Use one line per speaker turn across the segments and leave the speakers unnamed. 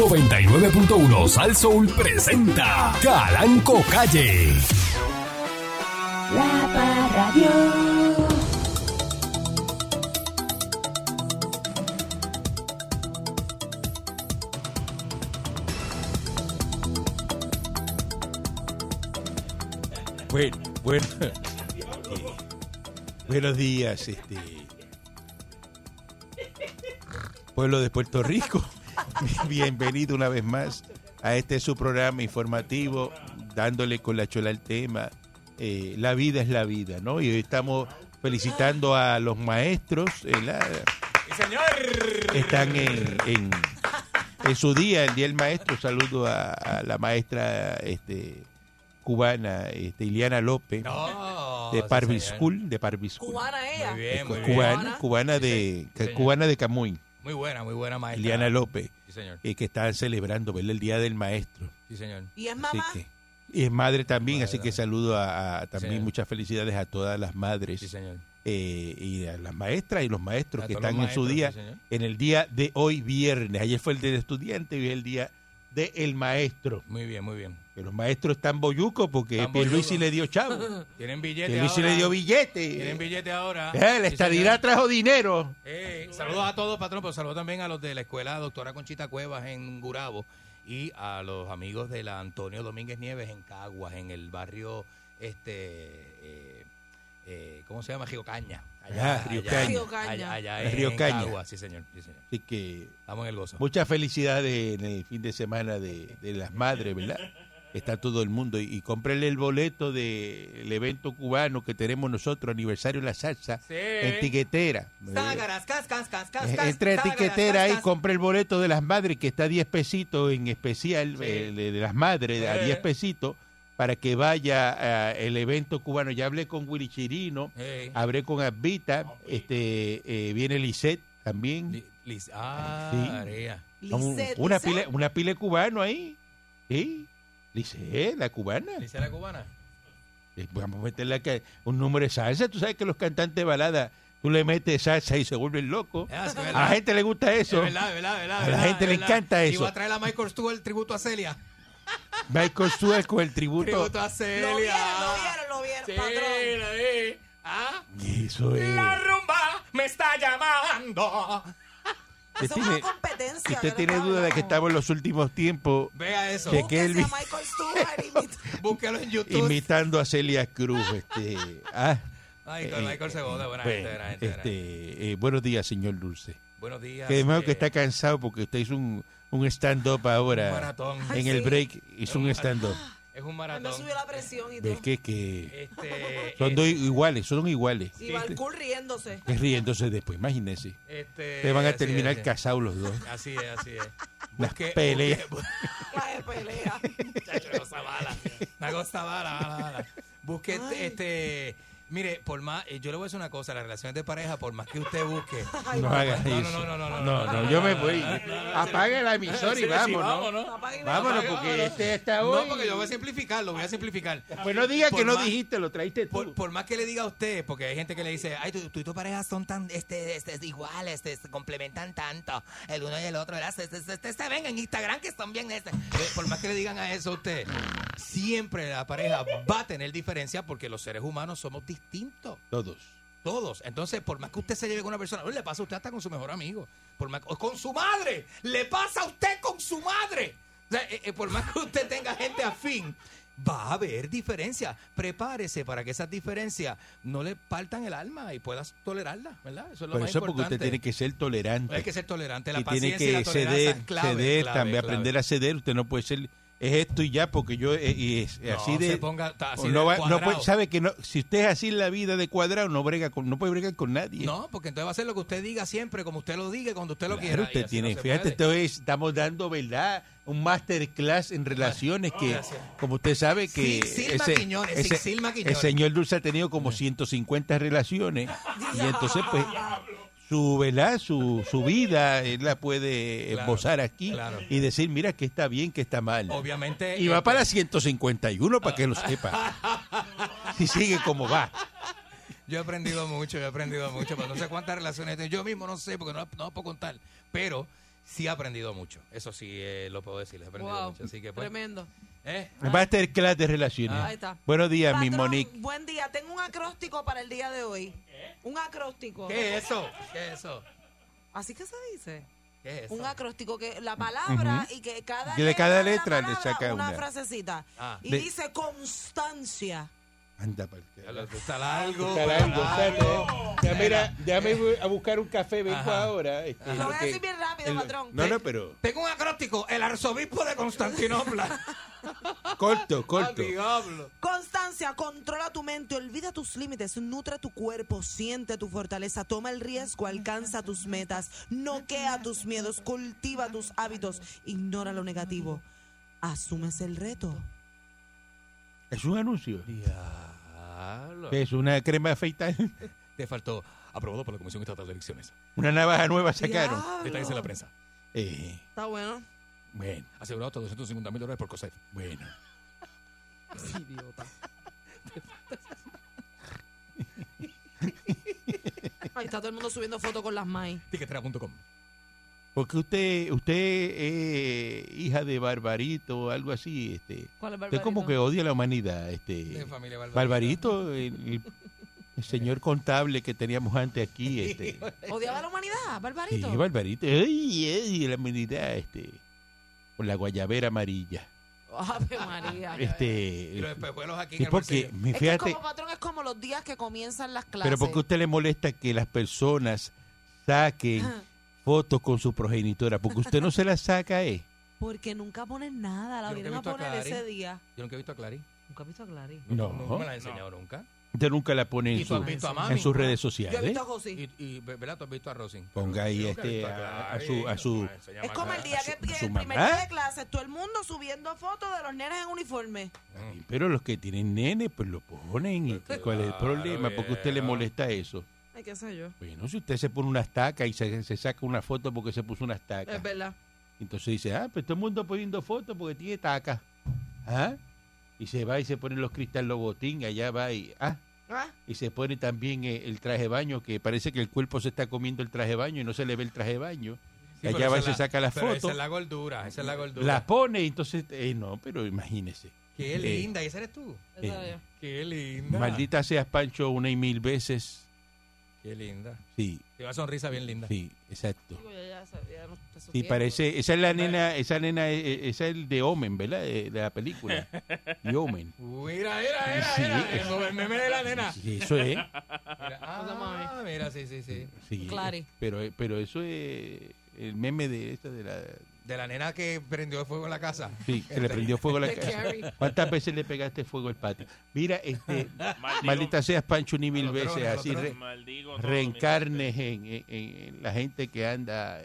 99.1 Sal Soul presenta Calanco Calle.
La Parradio.
Bueno, bueno. eh, buenos días, este. Pueblo de Puerto Rico. Bienvenido una vez más a este su programa informativo, dándole con la chola al tema. eh, la vida es la vida, ¿no? Y hoy estamos felicitando a los maestros. ¿verdad? Están en, en, en su día, el Día del Maestro. Saludo a, a la maestra este, cubana, este, Iliana López, de Parvi School, de Parvi School.
Cubana ella.
Ah, Muy bien, muy bien.
cubana, cubana de
Sí, señor.
cubana de Camuy,
Muy buena, muy buena maestra.
Eliana López,
Sí, señor.
eh, que está celebrando ¿verdad? el Día del Maestro.
Sí, señor.
Y es
Así
mamá.
que, y es madre también,
Madre
así que
también.
saludo a, a- también
señor.
muchas felicidades a todas las madres
Sí, señor.
eh, y a las maestras y los maestros
A
que
todos los
están en su
maestros,
día,
sí, señor.
en el día de hoy viernes. Ayer fue el Día del Estudiante y hoy es el Día del Maestro.
Muy bien, muy bien.
Que los maestros están boyucos porque
Están
Pierluisi
boyucos.
le dio chavo.
Tienen billete
Pierluisi
ahora.
le dio billete.
Tienen billete ahora.
Eh, la
Sí,
estadidad
señor.
trajo dinero.
Eh, saludos a todos, patrón, pero saludos también a los de la escuela doctora Conchita Cuevas en Gurabo y a los amigos de la Antonio Domínguez Nieves en Caguas, en el barrio, este, eh, eh, ¿cómo se llama? Río Caña.
Ah, Río Caña.
Río Caña.
Allá, allá
Río
en
Caña.
Caguas, sí, señor. Sí, señor.
Así que
Estamos en el gozo.
muchas felicidades en el fin de semana de, de las madres, ¿verdad? Está todo el mundo. Y, y cómprenle el boleto del evento cubano que tenemos nosotros, aniversario de la salsa,
Sí.
en tiquetera.
Zágaras, cas, cas, cas, cas,
Eh,
cas,
Entre a
zágaras,
tiquetera
cas,
y
cas.
compre el boleto de las madres, que está a 10 pesitos en especial,
Sí.
eh, de, de las madres, a
Sí.
10 pesitos, para que vaya eh, el evento cubano. Ya hablé con Willy Chirino,
Eh,
hablé con Advita, este, eh, viene Lisette también.
Li- Liz- ah,
Sí.
Area.
Un-
Lisette,
una,
Lisette.
pila, una pila de cubano ahí. ¿Sí? Dice, la cubana.
Liz era cubana.
Eh, Vamos a meterle acá un número de salsa. Tú sabes que los cantantes de balada, tú le metes salsa y se vuelven locos.
Ah, sí,
A
verdad.
la gente le gusta eso.
Es verdad, es verdad, es verdad,
A la
es verdad,
gente
es
le
verdad.
encanta eso.
Y va a traer a Michael Stewart el tributo a Celia.
Michael Stewart con el tributo.
Tributo a Celia.
Lo vieron, lo vieron, lo vieron,
Sí,
patrón.
la vi. Ah,
Eso es.
La rumba me está llamando.
Usted
Eso es una
tiene,
competencia.
si usted
¿verdad,
tiene
Pablo?
duda de que estamos en los últimos tiempos
Vea eso.
Cheque.
Búsquese
Kelvin.
a Michael Stewart. imita-
Búsquelo en YouTube.
imitando a Celia Cruz. Este, ah,
Ay,
eh,
con Michael se goza, buena
pues,
gente, buena gente, buena gente.
este, eh, buenos días, señor Dulce.
Buenos días.
Que además que
eh,
está cansado porque usted hizo un, un stand-up
un
ahora.
maratón. Ah,
En el
sí.
break hizo un stand-up.
Es un
Ay, Me
maratón.
subió la presión y
¿Ves
todo.
que, que
Este,
son
eh,
dos iguales, son iguales?
Y Balcour riéndose.
Es riéndose después, imagínense.
este,
Te van a
así
terminar
es.
casados los dos.
Así es, así es.
Las
Busque-
peleas.
busque-
La de pelea.
Chacho, una cosa mala. Una cosa mala, mala, mala. Busque este-
Ay.
este. Mire, por más. eh, Yo le voy a decir una cosa: las relaciones de pareja, por más que usted busque.
Ay,
No hagas
no,
eso.
no, no, no, no,
No,
no,
no,
no,
yo
no,
me
no,
voy.
no, no, no,
Apaga la emisora y vamos, ¿no?
vámonos.
Apague la
Vámonos,
luz.
porque
vámonos.
este está hoy.
No, porque yo voy a simplificar, lo voy a simplificar.
Pues no diga
Por
que no
más-
dijiste, lo traíste tú.
Por, por más que le diga a usted, porque hay gente que le dice, ay, tú, tú y tu pareja son tan este, este, iguales, este, se complementan tanto el uno y el otro, ¿verdad? Este, este, este, se ven en Instagram que están bien. Este. Eh, Por más que le digan a eso a usted, siempre la pareja va a tener diferencia porque los seres humanos somos distintos.
Todos.
Todos. Entonces, por más que usted se lleve con una persona, le pasa a usted hasta con su mejor amigo. Por más, o con su madre. Le pasa a usted con su madre. O sea, eh, eh, por más que usted tenga gente afín, va a haber diferencias. Prepárese para que esas diferencias no le partan el alma y puedas tolerarlas, ¿verdad? Eso es lo
Por
más
eso porque
importante.
usted tiene que ser tolerante.
Hay que ser tolerante. La
y tiene
paciencia y
que
la tolerancia
ceder,
es clave,
ceder
clave,
también,
clave.
aprender a ceder. Usted no puede ser, es esto y ya, porque yo, eh, y es-
No,
así de...
se ponga ta- así
no,
de
va- no
Ah, cuadrado.
puede- sabe que no, si usted es así en la vida de cuadrado, no brega con, no puede bregar con nadie.
No, porque entonces va a ser lo que usted diga siempre, como usted lo diga, y cuando usted lo
Claro,
quiera. y
usted
así no
tiene,
se
fíjate, este-
puede.
esto es- estamos dando, ¿verdad? Un masterclass en relaciones que,
Ah, gracias.
como usted sabe, que
Sin Silma Quiñones, sin Silma
el
Quiñones.
señor Dulce ha tenido como 150 relaciones y entonces, pues, su, ¿verdad? Su, su vida, él la puede
Claro,
esbozar aquí
claro.
y decir, mira, que está bien, que está mal.
Obviamente.
Y va
este,
para 151 para que lo sepa. Si sigue como va.
Yo he aprendido mucho, yo he aprendido mucho, pero no sé cuántas relaciones tengo. Yo mismo no sé, porque no, no puedo contar. Pero sí he aprendido mucho. Eso sí eh, lo puedo decir, he aprendido
Wow.
mucho. Así que, pues,
Tremendo.
¿eh?
Ah. Masterclass de relaciones.
Ah. Ahí está.
Buenos días, mi
Patrón,
Monique.
Buen día. Tengo un acróstico para el día de hoy. Un acróstico.
¿Qué es eso? ¿Qué es eso?
Así que se dice.
¿Qué es eso?
Un acróstico que la palabra y que cada
Y de cada
la
letra le
palabra,
saca una.
frasecita.
Ah.
Y
De-
dice constancia.
Anda, pa'l
Ya
carajo.
lo- Está largo.
Caramba,
está
¿sabes?
largo.
Ya mira, ya me voy a buscar un café, vengo
Ajá.
ahora. este,
Lo voy a
porque-
decir bien rápido,
el-
patrón.
No, no, pero
Tengo un acróstico, el arzobispo de Constantinopla.
corto, corto.
Al diablo.
Constancia, controla tu mente, olvida tus límites, nutre tu cuerpo, siente tu fortaleza, toma el riesgo, alcanza tus metas, noquea tus miedos, cultiva tus hábitos, ignora lo negativo, asumes el reto.
Es un anuncio.
Diablo.
Es una crema afeitada,
Te faltó. Aprobado por la Comisión Estatal de Elecciones.
una navaja nueva sacaron.
Diablo.
Detalles en la prensa.
Eh,
Está bueno.
bueno,
Asegurado hasta 250 mil dólares por COSEF.
bueno.
Ahí está todo el mundo subiendo fotos con las maíz.
Tiquetera.com.
Porque usted, usted es hija de Barbarito o algo así, este.
¿Cuál es
Usted como que odia a la humanidad, este.
De familia Barbarito.
Barbarito, el, el señor contable que teníamos antes aquí, este.
¿Odiaba a la humanidad,
Sí,
Barbarito?
Barbarito. Ay, ay, la humanidad, este. Con la guayabera amarilla.
Ave María.
Y los
Este.
espejuelos aquí en
Sí,
el
porque,
bolsillo.
me-
Es que
fíjate,
como patrón es como los días que comienzan las clases.
pero porque a usted le molesta que las personas saquen
Ah.
fotos con su progenitora, porque usted no se las saca, eh.
Porque nunca ponen nada, la
Yo nunca he
vinieron a
visto a
poner
Clarín.
ese día.
Yo nunca he visto a Clarín.
Nunca he visto a Clarín.
No.
No me la he enseñado nunca.
Usted nunca la pone en,
Y tú has
su-
visto a
en
mami.
en sus redes
Yo he
sociales.
visto a José.
Y, y, ¿verdad? Tú has visto a Rosin.
Ponga ahí,
Yo nunca
este,
he visto
a- a
Clarín.
su- a su-
Ah, se llama
Es como el día que
Clarín.
su-
el
su
primer
mamá.
día de clases, todo el mundo subiendo fotos de los nenes en uniforme.
Sí, Pero los que tienen nene, pues lo ponen. ¿Y
Pues
cuál es el
claro,
problema? Porque a usted le
viejo.
molesta eso.
Ay, qué sé yo.
Bueno, si usted se pone unas tacas y se, se saca una foto porque se puso unas tacas.
Es verdad.
Entonces dice, ah, pues todo el mundo poniendo fotos porque tiene tacas. ¿Ah? Y se va y se pone los cristal lobotín, allá va y... Ah,
¿Ah?
y se pone también eh, el traje de baño, que parece que el cuerpo se está comiendo el traje de baño y no se le ve el traje de baño.
Sí,
allá
pero
va y
esa
se
es la-
saca las
pero Esa
fotos,
es la gordura. Esa es la gordura.
las pone y entonces... eh, no, pero imagínese.
Qué
Eh,
linda. ¿Y esa eres tú?
Eh,
Qué linda.
maldita seas, Pancho, una y mil veces.
Qué linda.
Sí,
Tiene una sonrisa bien linda.
sí, exacto.
ya,
Sí, parece, esa es la nena, esa nena, eh, eh, esa es el de Omen, ¿verdad? De, de la película. De Omen.
Mira, mira, mira,
Sí,
mira.
es-
El meme de la nena.
Sí, eso es.
Mira,
Cosa
ah,
mami.
mira, sí, sí, sí.
Sí, eh,
Clary.
Pero, pero eso es el meme de esta de la.
De la nena que prendió fuego en la casa.
Sí, que le prendió fuego a la
De
casa.
Carrie.
¿Cuántas veces le pegaste fuego al patio? Mira, este, maldita seas Pancho ni mil
A los
veces,
drones, a los
así re-
drones.
Maldigo todo,
reencarnes en, en- en la gente que anda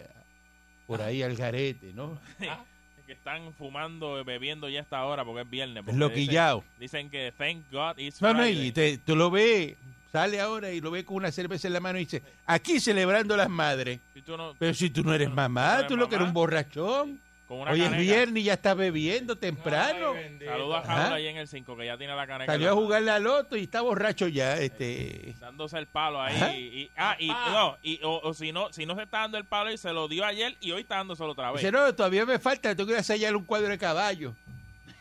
por ahí al garete, ¿no?
mira, Que están fumando, bebiendo ya hasta ahora porque es viernes.
Es
porque
lo
dicen-
quillao.
Dicen, que thank God it's
No,
Friday.
no, y te, tú lo ves, sale ahora y lo ves con una cerveza en la mano y dice, aquí celebrando las madres.
Si tú no-
Pero si tú no eres mamá,
eres
tú lo que eres
mamá.
un borrachón.
con una
Hoy es
caneca.
viernes y ya estás bebiendo temprano.
Ay, bendito.
Saluda a
Ajá.
Raúl ahí en el 5 que ya tiene la caneca.
Salió a
en la
jugar la loto y está borracho ya, este...
mano, Dándose el palo ahí.
Ajá.
Y, ah, y no, y, o, o si no, si no se está dando el palo y se lo dio ayer y hoy está dándoselo otra vez.
Dice, no, todavía me falta, tengo que ir a sellar un cuadro de caballo.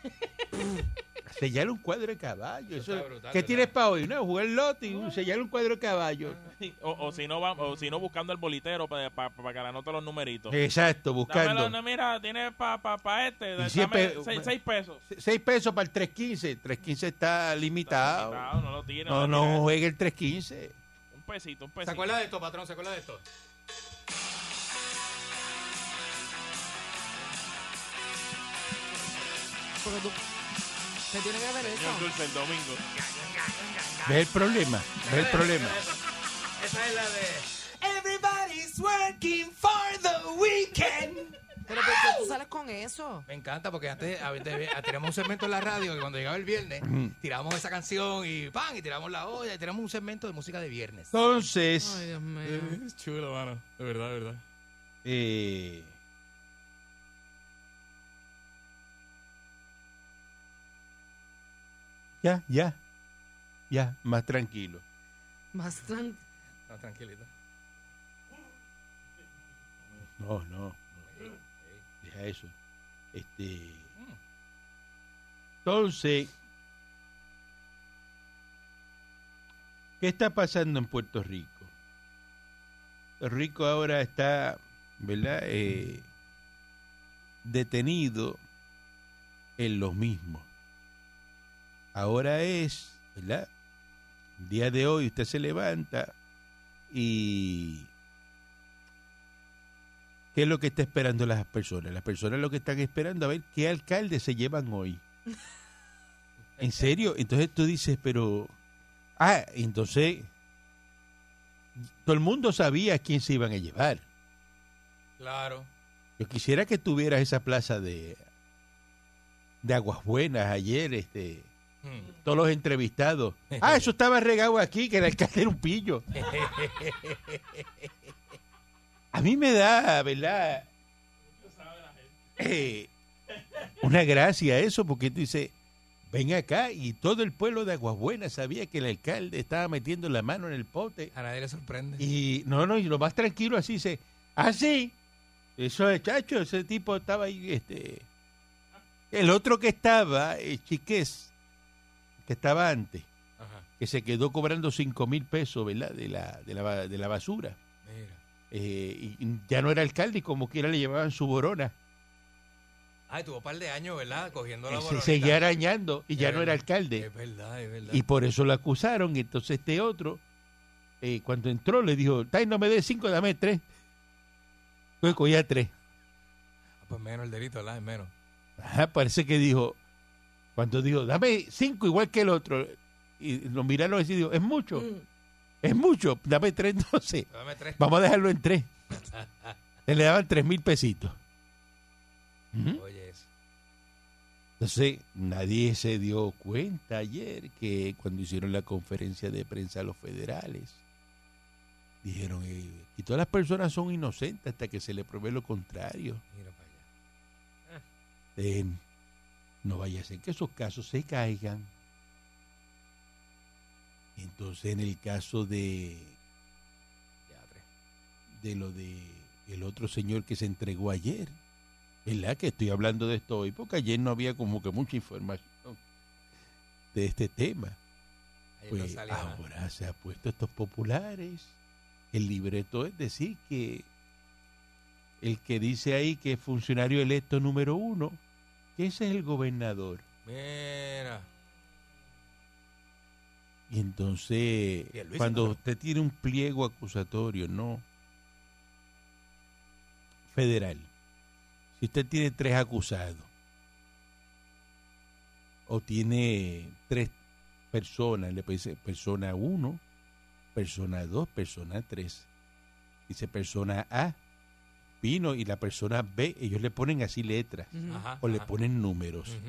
sellar un cuadro de caballo.
Eso
eso-
está brutal,
¿Qué
¿verdad?
tienes para hoy? No, jugar el loto y uh, sellar un cuadro de caballo.
O, o si no va, o si no buscando el bolitero para que le anote los numeritos.
Exacto,
Dámelo,
Eh, buscando.
no, mira, tiene para pa, pa este, dame
siempre-
seis, seis pesos.
6 pesos para el 315. 315 está limitado.
Claro, no lo tires, lo
No,
tires.
no juegue el 315.
Un pesito, un
¿Se
pesito.
acuerda de esto, patrón? ¿Se acuerda de esto?
Porque tú... ¿Qué tiene que ver
Señor
eso?
Dulce el domingo.
Ve el problema. Ve el problema.
Esa es la de... Everybody's working for the weekend.
Pero ¿por qué tú sales con eso?
Me encanta porque antes a veces, a- teníamos un segmento en la radio que cuando llegaba el viernes tiramos esa canción y ¡pam! y tiramos la olla y tiramos un segmento de música de viernes.
Entonces,
Dios mío.
Es chulo, mano. De verdad, de verdad.
eh, ya, ya, ya, más tranquilo.
Más tran-
No, tranquilito.
No, no.
Me
a eso. Este, entonces, ¿qué está pasando en Puerto Rico? Puerto Rico ahora está, ¿verdad? Eh, detenido en lo mismo. Ahora es, ¿verdad? El día de hoy usted se levanta y ¿Qué es lo que está esperando las personas? Las personas lo que están esperando a ver qué alcalde se llevan hoy. ¿En serio? Entonces tú dices, pero... Ah, entonces... Todo el mundo sabía a quién se iban a llevar.
Claro.
Yo quisiera que tuvieras esa plaza de... De Aguas Buenas ayer, este...
Mm.
Todos los entrevistados. Ah, eso estaba regado aquí, que el alcalde era un pillo. A mí me da, ¿verdad? Eh, una gracia eso, porque tú dices, ven acá, y todo el pueblo de Aguabuena sabía que el alcalde estaba metiendo la mano en el pote.
A nadie le sorprende.
Y no, no, y lo más tranquilo así dice, ah, sí, eso es chacho, ese tipo estaba ahí, este... El otro que estaba, eh, Chiqués, que estaba antes,
Ajá.
que se quedó cobrando cinco mil pesos, ¿verdad?, de la, de la, ba- de la basura.
Mira.
Eh, y ya no era alcalde y como quiera le llevaban su borona.
Ay, tuvo un par de años, ¿verdad? Cogiendo la
Eh, se
boronita.
seguía arañando y ya
Es
no era
verdad,
alcalde.
Es verdad, es verdad.
Y por eso lo acusaron. Y entonces este otro, eh, cuando entró, le dijo, Tay, no me des cinco, dame tres. Entonces cogía tres.
Ah, Pues menos el delito, ¿verdad? Es menos.
Ajá, parece que dijo, cuando dijo, dame cinco igual que el otro. Y lo miraron así y dijo, es mucho,
Mm.
es mucho, dame tres entonces.
Dame tres.
Vamos a dejarlo en tres. Le daban tres mil pesitos. Ujú.
Oye, eso.
Entonces, nadie se dio cuenta ayer que cuando hicieron la conferencia de prensa a los federales, dijeron, eh, y todas las personas son inocentes hasta que se le pruebe lo contrario.
Mira para allá.
Eh, no vaya a ser que esos casos se caigan. Entonces, en el caso de,
Ya, tres.
de lo de el otro señor que se entregó ayer, ¿verdad? Que estoy hablando de esto hoy, porque ayer no había como que mucha información de este tema.
Ayer no
Pues
salió nada.
ahora se ha puesto estos populares. El libreto es decir que el que dice ahí que es funcionario electo número uno, que ese es el gobernador.
Mira.
Y entonces,
Pierluisi,
cuando
¿no?
usted tiene un pliego acusatorio, no federal, si usted tiene tres acusados o tiene tres personas, le dice persona uno, persona dos, persona tres, dice persona A, vino y la persona B, ellos le ponen así letras
Mm,
Ajá.
o le
ajá.
ponen números.
Ujú.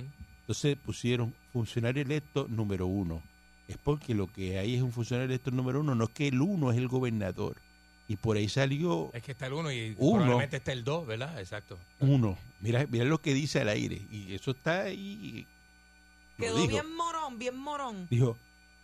Entonces pusieron funcionario electo número uno. Es porque lo que hay es un funcionario electo número uno, no es que el uno es el gobernador. Y por ahí salió
Es que está el uno y
Uno.
probablemente está el dos, ¿verdad? Exacto.
uno. Mira, mira lo que dice al aire. Y eso está ahí. Lo
Quedó
dijo.
bien morón, bien morón.
Dijo,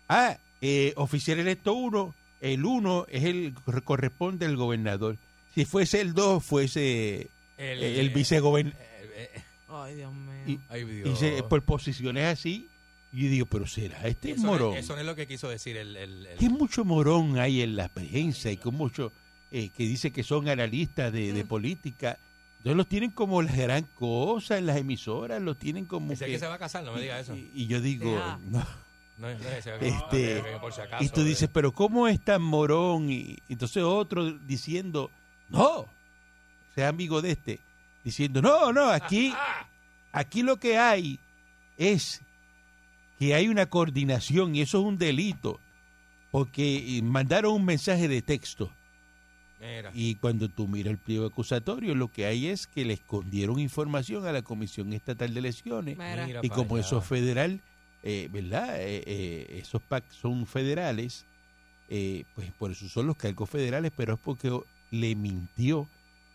ah, eh, oficial electo uno, el uno es el corresponde al gobernador. Si fuese el dos, fuese el, el vicegobernador.
eh, eh,
Ay, Dios mío.
Y-
ay, Dios.
Dice, por posiciones así. Y digo, pero será este
eso, no-
morón.
eso no es lo que quiso decir el... el- el-
Qué mucho morón hay en la prensa y con mucho eh, que dice que son analistas de, de política. Entonces los tienen como la gran cosa en las emisoras, los tienen como
Ese
que-
que se va a casar, no me diga eso.
y, y yo digo,
Deja.
no.
No, no, ese-
Este,
ok, ok, por si acaso,
y tú dices,
eh.
pero ¿cómo es tan morón? Y entonces otro diciendo, no, sea amigo de este, diciendo, no, no, aquí, aquí lo que hay es que hay una coordinación y eso es un delito, porque eh, mandaron un mensaje de texto.
Mira.
Y cuando tú miras el pliego acusatorio, lo que hay es que le escondieron información a la Comisión Estatal de Elecciones.
Mira.
Mira
Y
pa'
como
allá.
eso es federal, eh, ¿verdad? Eh, eh, esos PAC son federales, eh, pues por eso son los cargos federales, pero es porque o- le mintió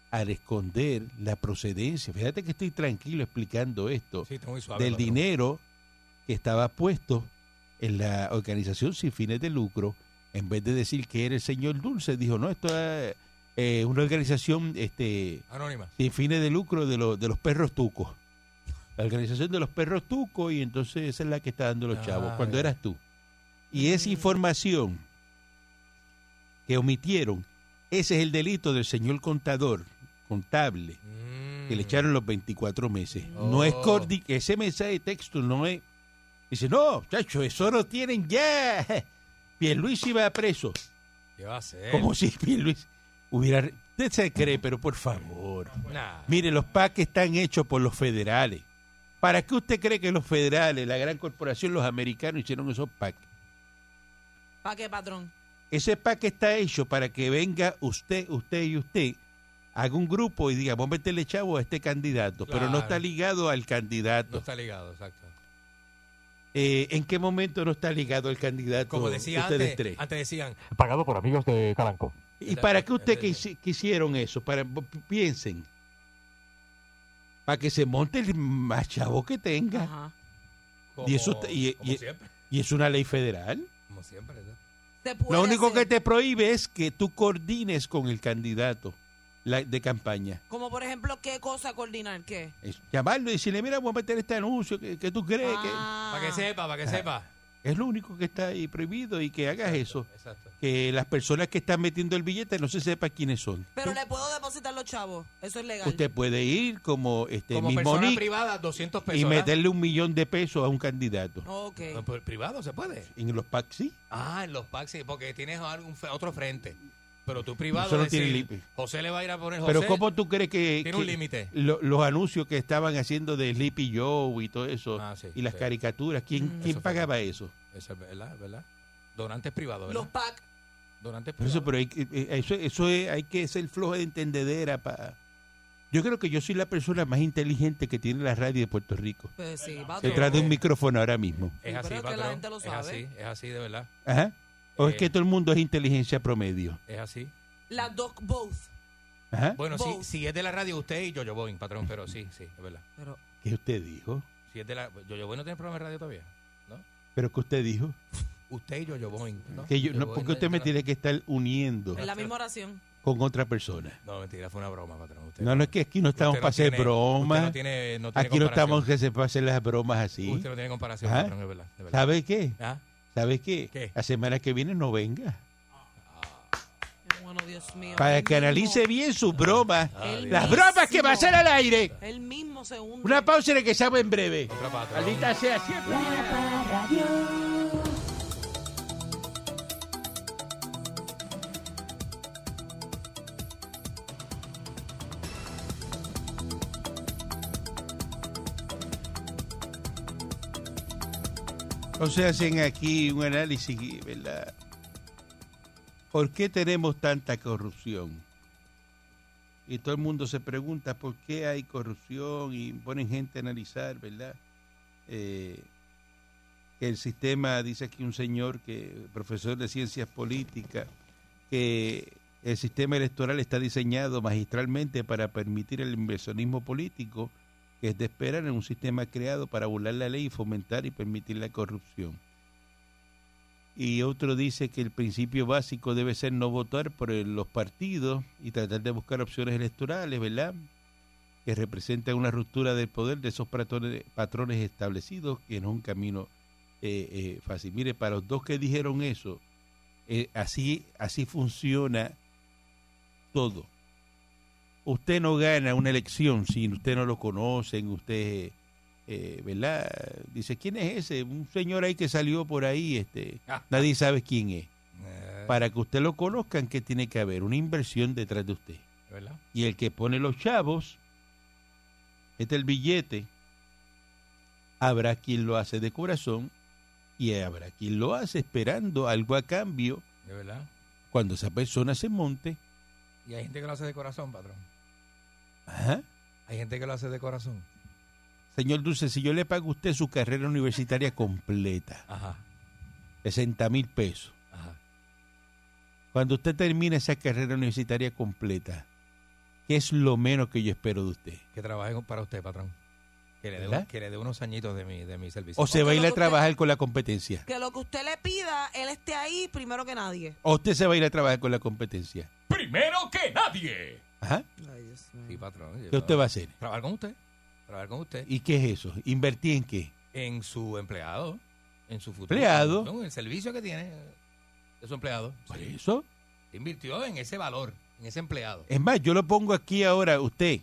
al esconder la procedencia. Fíjate que estoy tranquilo explicando esto
Sí, está muy suave,
del
patrón.
dinero que estaba puesto en la organización sin fines de lucro, en vez de decir que era el señor Dulce, dijo, no, esto es, eh, una organización este,
Anónima.
sin fines de lucro de, los de los perros tucos. La organización de los perros tucos y entonces esa es la que está dando los chavos,
Ah,
cuando
ya. Mm.
eras tú. Y esa información que omitieron, ese es el delito del señor contador, contable,
Mm,
que le echaron los 24 meses. No es
Oh.
cordi ese mensaje de texto no es... Dice, no, chacho, eso lo tienen ya. Pierluisi va preso.
¿Qué va a hacer?
Como si Pierluisi hubiera... Usted se cree, pero por favor.
Nah.
Mire, los PAC están hechos por los federales. ¿Para qué usted cree que los federales, la gran corporación, los americanos hicieron esos PAC?
¿Para qué, patrón?
Ese PAC está hecho para que venga usted, usted y usted, haga un grupo y diga, vamos a meterle chavo a este candidato, pero no
Claro.
está ligado al candidato.
No está ligado, exacto.
Eh, ¿En qué momento no está ligado al candidato?
Como decía
ustedes
antes,
tres.
antes decían,
pagado por amigos de Calanco.
¿Y para qué usted que hici- que hicieron eso? Para, piensen. Para que se monte el más chavo que tenga.
Ajá.
como,
Y eso te- y-
como
y-
siempre,
Y es una ley federal.
como siempre, ¿verdad?
Se puede
Lo único que
hacer.
te prohíbe es que tú coordines con el candidato la- de campaña.
Como por ejemplo, ¿qué cosa coordinar? ¿Qué?
Es llamarlo y decirle, mira, voy a meter este anuncio que, Eh, que tú crees
Ah.
Para que sepa, para que sepa.
que es lo único que está ahí prohibido y que hagas eso.
Exacto.
Que las personas que están metiendo el billete no se sepa quiénes son.
Pero le puedo depositar los chavos. Eso es legal.
Usted puede ir como este
Como
mismo
persona
Nick
privada, 200 pesos.
y
¿verdad?
meterle un millón de pesos a un candidato.
Ok.
No, pero privado se puede.
En los PAC sí.
Ah, en los packs, sí, porque tienes algún fe- otro frente. Pero tú privado.
Eso no
decir,
tiene límite.
José le va a ir a poner José.
Pero ¿cómo tú crees que,
tiene un
que
límite.
lo- los anuncios que estaban haciendo de Sleepy Joe y todo eso,
Ah, sí,
y las
sí.
caricaturas, ¿quién,
Mm.
¿quién
Eso fue-
pagaba eso?
Eso es verdad, ¿verdad? Donantes privados,
Los
¿verdad?
PAC.
Donantes
Por eso,
privados.
pero hay, que- eh, eso, eso es- hay que ser flojo de entendedera para... Yo creo que yo soy la persona más inteligente que tiene la radio de Puerto Rico.
Pues sí,
Se
patrón.
trata de un micrófono ahora mismo.
Es
Sí, pero
así,
es que la
patrón.
gente lo
Es
sabe.
así, es así, de verdad.
Ajá. O es
Eh.
que todo el mundo es inteligencia promedio.
Es así.
Las dos, both.
Ajá.
Bueno, sí,
Both.
si es de la radio usted y Yo-Yo Boeing, patrón, pero sí, sí, es verdad.
Pero,
¿Qué usted dijo?
Si es de la... Yo-Yo Boeing no tiene programa de radio todavía, ¿no?
¿Pero qué usted dijo?
Usted y Yo-Yo Boeing, ¿no?
Que yo,
Yo-Yo
no,
Boeing
¿Por qué usted me
no-
tiene que estar uniendo
en la misma oración.
con otra persona?
No, mentira, fue una broma, patrón. Usted
No, no es que aquí no estamos
usted no
para hacer
tiene-
bromas.
usted no tiene- no tiene
aquí no
comparación.
estamos que se pasen las bromas así.
Usted no tiene comparación,
Ajá.
patrón, es verdad. Es verdad.
¿Sabe qué?
¿Ah?
¿Sabe qué?
¿Qué?
La semana que viene no venga.
Bueno, Dios mío.
Para
él
que
mismo-
analice bien sus bromas.
él
Las
mismo-
bromas que va a hacer al aire.
Él mismo se hunde.
Una pausa y regresamos en breve.
Otra patrón.
Maldita sea siempre. Entonces hacen aquí un análisis, ¿verdad? ¿Por qué tenemos tanta corrupción? Y todo el mundo se pregunta por qué hay corrupción y ponen gente a analizar, ¿verdad? Eh, que el sistema, dice aquí un señor, que profesor de ciencias políticas, que el sistema electoral está diseñado magistralmente para permitir el inversionismo político, que es de esperar en un sistema creado para burlar la ley y fomentar y permitir la corrupción. Y otro dice que el principio básico debe ser no votar por el- los partidos y tratar de buscar opciones electorales, ¿verdad? Que representan una ruptura del poder de esos patrones, patrones establecidos, que no es un camino eh, eh, fácil. Mire, para los dos que dijeron eso, eh, así, así funciona todo. Usted no gana una elección si usted no lo conocen, usted, eh, ¿verdad? Dice, ¿quién es ese? Un señor ahí que salió por ahí, este, nadie sabe quién es.
Eh,
Para que usted lo conozcan, ¿qué tiene que haber? Una inversión detrás de usted.
¿Verdad?
Y el que pone los chavos, este el billete, habrá quien lo hace de corazón y habrá quien lo hace esperando algo a cambio
Es verdad.
cuando esa persona se monte.
Y hay gente que lo hace de corazón, patrón.
Ajá.
Hay gente que lo hace de corazón.
Señor Dulce, si yo le pago a usted su carrera universitaria completa,
Ajá,
60 mil pesos,
ajá.
cuando usted termina esa carrera universitaria completa, ¿qué es lo menos que yo espero de usted?
Que trabaje para usted, patrón. Que le dé
¿Verdad?
un- que le dé unos añitos de mi, de mi servicio.
O se va a ir
lo
a
que
trabajar con la competencia.
Que lo que usted le pida, él esté ahí primero que nadie.
O usted se va a ir a trabajar con la competencia.
primero que nadie.
Ajá.
Ay, Dios mío.
Sí, patrón. yo-
¿Qué usted va a hacer?
Trabajar con usted. Trabajar con usted.
¿Y qué es eso? ¿Invertir en qué?
En su empleado. En su futuro.
Empleado.
No, En el servicio que tiene de su empleado.
Por
Sí.
eso.
Invirtió en ese valor, en ese empleado.
Es más, yo lo pongo aquí ahora, usted,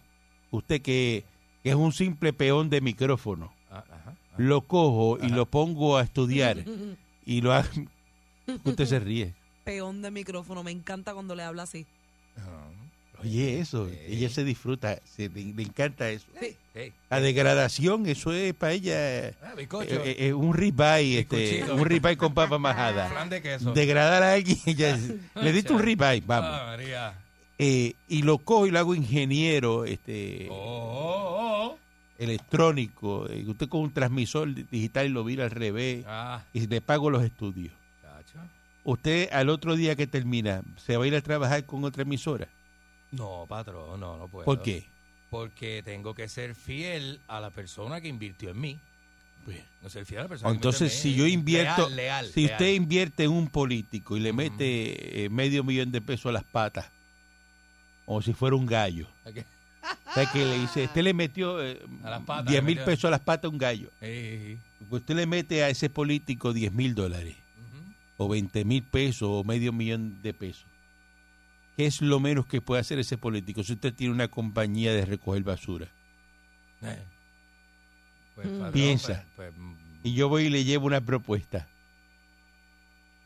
usted que, que es un simple peón de micrófono,
Ah, ajá, ajá.
lo cojo y
Ajá.
lo pongo a estudiar y lo ha- Usted se ríe.
Peón de micrófono, me encanta cuando le habla así.
Ah,
Oye, eso,
Sí.
ella se disfruta, se, le, le encanta eso.
Sí. sí.
La degradación, eso es para ella eh,
Ah, bizcocho.
eh, eh, un ribeye, este,
Bizcochito.
un ribeye con papa
flan
majada.
eh. de queso.
Degradar a alguien, ella es- le diste un ribeye,
Ah,
vamos.
María.
Eh, y lo cojo y lo hago ingeniero, este,
Oh, oh, oh, oh.
electrónico, eh, usted con un transmisor di- digital lo vira al revés
Ah,
y le pago los estudios.
chacho.
Usted al otro día que termina, ¿se va a ir a trabajar con otra emisora?
No, patrón, no, no puedo.
¿Por qué?
Porque tengo que ser fiel a la persona que invirtió en mí.
Pues,
No ser fiel a la persona que
Entonces,
invirtió en
si yo
mí.
invierto,
Leal, leal,
si
leal.
usted invierte en un político y le mete eh, medio millón de pesos a las patas, como si fuera un gallo,
Ok.
o sea que le dice, usted le metió eh,
A las patas,
10
le
mil
metió.
pesos a las patas a un gallo,
Eh, eh,
usted le mete a ese político 10 mil dólares.
eh. Ujú.
o 20 mil pesos o medio millón de pesos. ¿Qué es lo menos que puede hacer ese político si usted tiene una compañía de recoger basura?
Eh. Pues, patrón,
Piensa.
Pues, pues, mm,
Y yo voy y le llevo una propuesta.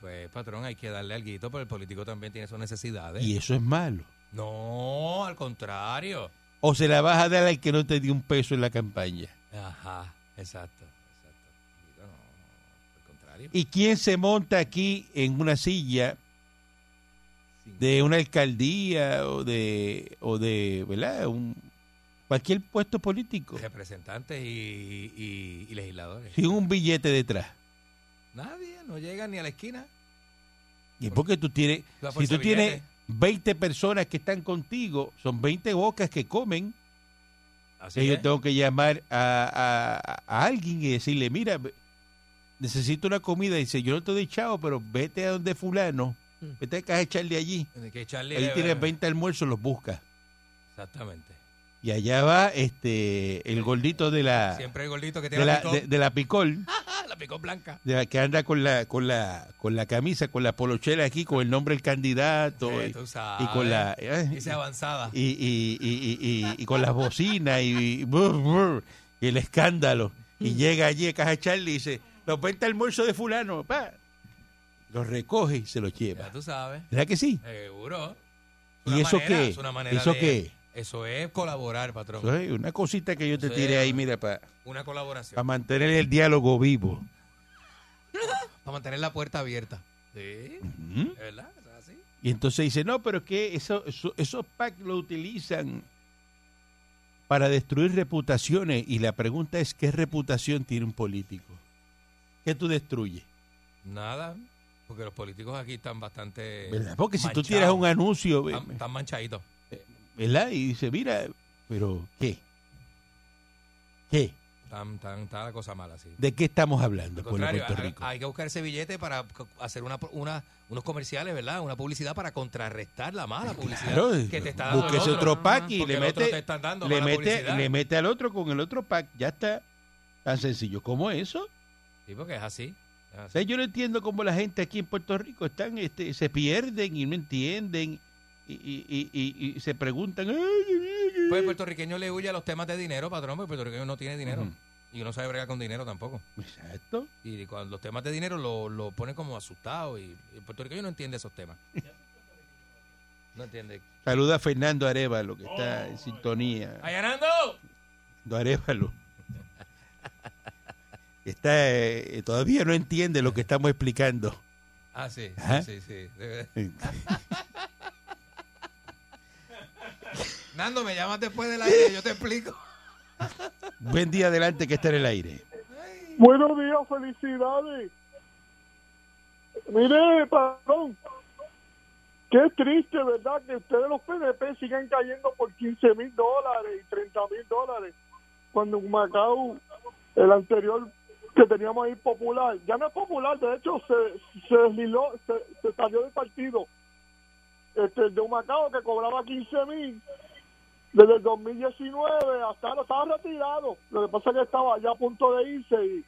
pues, patrón, hay que darle algo, pero el político también tiene sus necesidades.
Y eso es malo.
No, al contrario.
O se la vas a dar al que no te dio un peso en la campaña.
Ajá, exacto. exacto. Digo, no, al contrario.
¿Y quién se monta aquí en una silla de una alcaldía o de, o de ¿verdad? Un, cualquier puesto político
Representantes y, y- y legisladores.
sin un billete detrás?
Nadie, no llega ni a la esquina.
Y porque tú tienes,
La
si
fuerza
tú
de billete.
tienes 20 personas que están contigo, son 20 bocas que comen,
Así
que yo
es.
tengo que llamar a, a- a alguien y decirle, mira, necesito una comida. Y dice, yo no te doy chavo, pero vete a donde fulano,
Mm.
vete a casa de Charlie allí.
Tiene que echarle.
Ahí tienes 20 almuerzos, los buscas.
Exactamente.
Y allá va este el gordito de la,
Siempre el gordito que tiene
de
la,
la,
picó,
de- de la picol,
¡Ah, la picó blanca.
de la que anda con la, con la, con la camisa, con la polochera aquí, con el nombre del candidato.
Sí,
y-
Eh, tú sabes.
y con la eh,
Dice avanzada.
y, y- y- y- y- y con las bocinas y, y brr, brr, y el escándalo. Y llega allí a Caja Charlie y dice, los 20 almuerzos de fulano, pa. Los recoge y se los
Ya
lleva.
tú sabes.
¿Verdad que sí?
Seguro.
¿Y
Una
eso
manera,
qué?
es una manera
¿Eso
de-
qué?
Eso es colaborar, patrón.
Eso es una cosita que yo te
Eso
tiré
es-
ahí, mira, para
Una colaboración.
mantener el diálogo vivo.
Para mantener la puerta abierta. Sí.
Ujú.
¿De verdad? ¿Eso es así?
Y entonces dice, no, pero es que eso, eso- esos packs lo utilizan para destruir reputaciones. Y la pregunta es, ¿qué reputación tiene un político? ¿Qué tú destruyes?
Nada. Porque los políticos aquí están bastante.
¿Verdad? Porque si tú
manchados.
tiras un anuncio, ve-
Están, están manchaditos.
¿verdad? Y dice, mira, pero ¿qué? ¿Qué?
Están, están, está la cosa mala, sí.
¿De qué estamos hablando,
Al
pueblo de
contrario,
Puerto
hay-
Rico?
Hay, que buscar ese billete para co- hacer una, una- unos comerciales, ¿verdad? Una publicidad para contrarrestar la mala publicidad
Claro,
que te está dando. el
búsquese
otro.
otro pack y
Porque
le
el otro te
mete,
están dando
le,
mala
mete,
publicidad.
le mete al otro con el otro pack. Ya está. Tan sencillo como eso.
Sí, porque es así. es
O
así.
sea, yo no entiendo cómo la gente aquí en Puerto Rico están, este, se pierden y no entienden y, y- y- y- y se preguntan. "Ay, ay, ay".
Pues el puertorriqueño le huye a los temas de dinero, patrón, porque el puertorriqueño no tiene dinero.
Ujú.
Y no sabe bregar con dinero tampoco.
Mm, Exacto.
Y cuando los temas de dinero lo, lo ponen como asustado. Y el puertorriqueño no entiende esos temas. No entiende.
Saluda a Fernando Arevalo, que está en sintonía.
¡Allanando!
Fernando Arevalo. Está, eh, todavía no entiende lo que estamos explicando.
Ah, sí, sí,
Ajá.
sí, sí. De verdad. Nando, me llamas después del aire, yo te explico.
Buen día adelante que está en el aire.
Buenos días, felicidades. Mire, patrón, qué triste, ¿verdad? Que ustedes los PDP sigan cayendo por 15 mil dólares y 30 mil dólares. Cuando en Macao, el anterior que teníamos ahí popular, ya no es popular, de hecho se, se, deslizó, se, se salió del partido. este, el de un Macao que cobraba 15 mil desde el 2019 hasta ahora estaba retirado. Lo que pasa es que estaba ya a punto de irse y,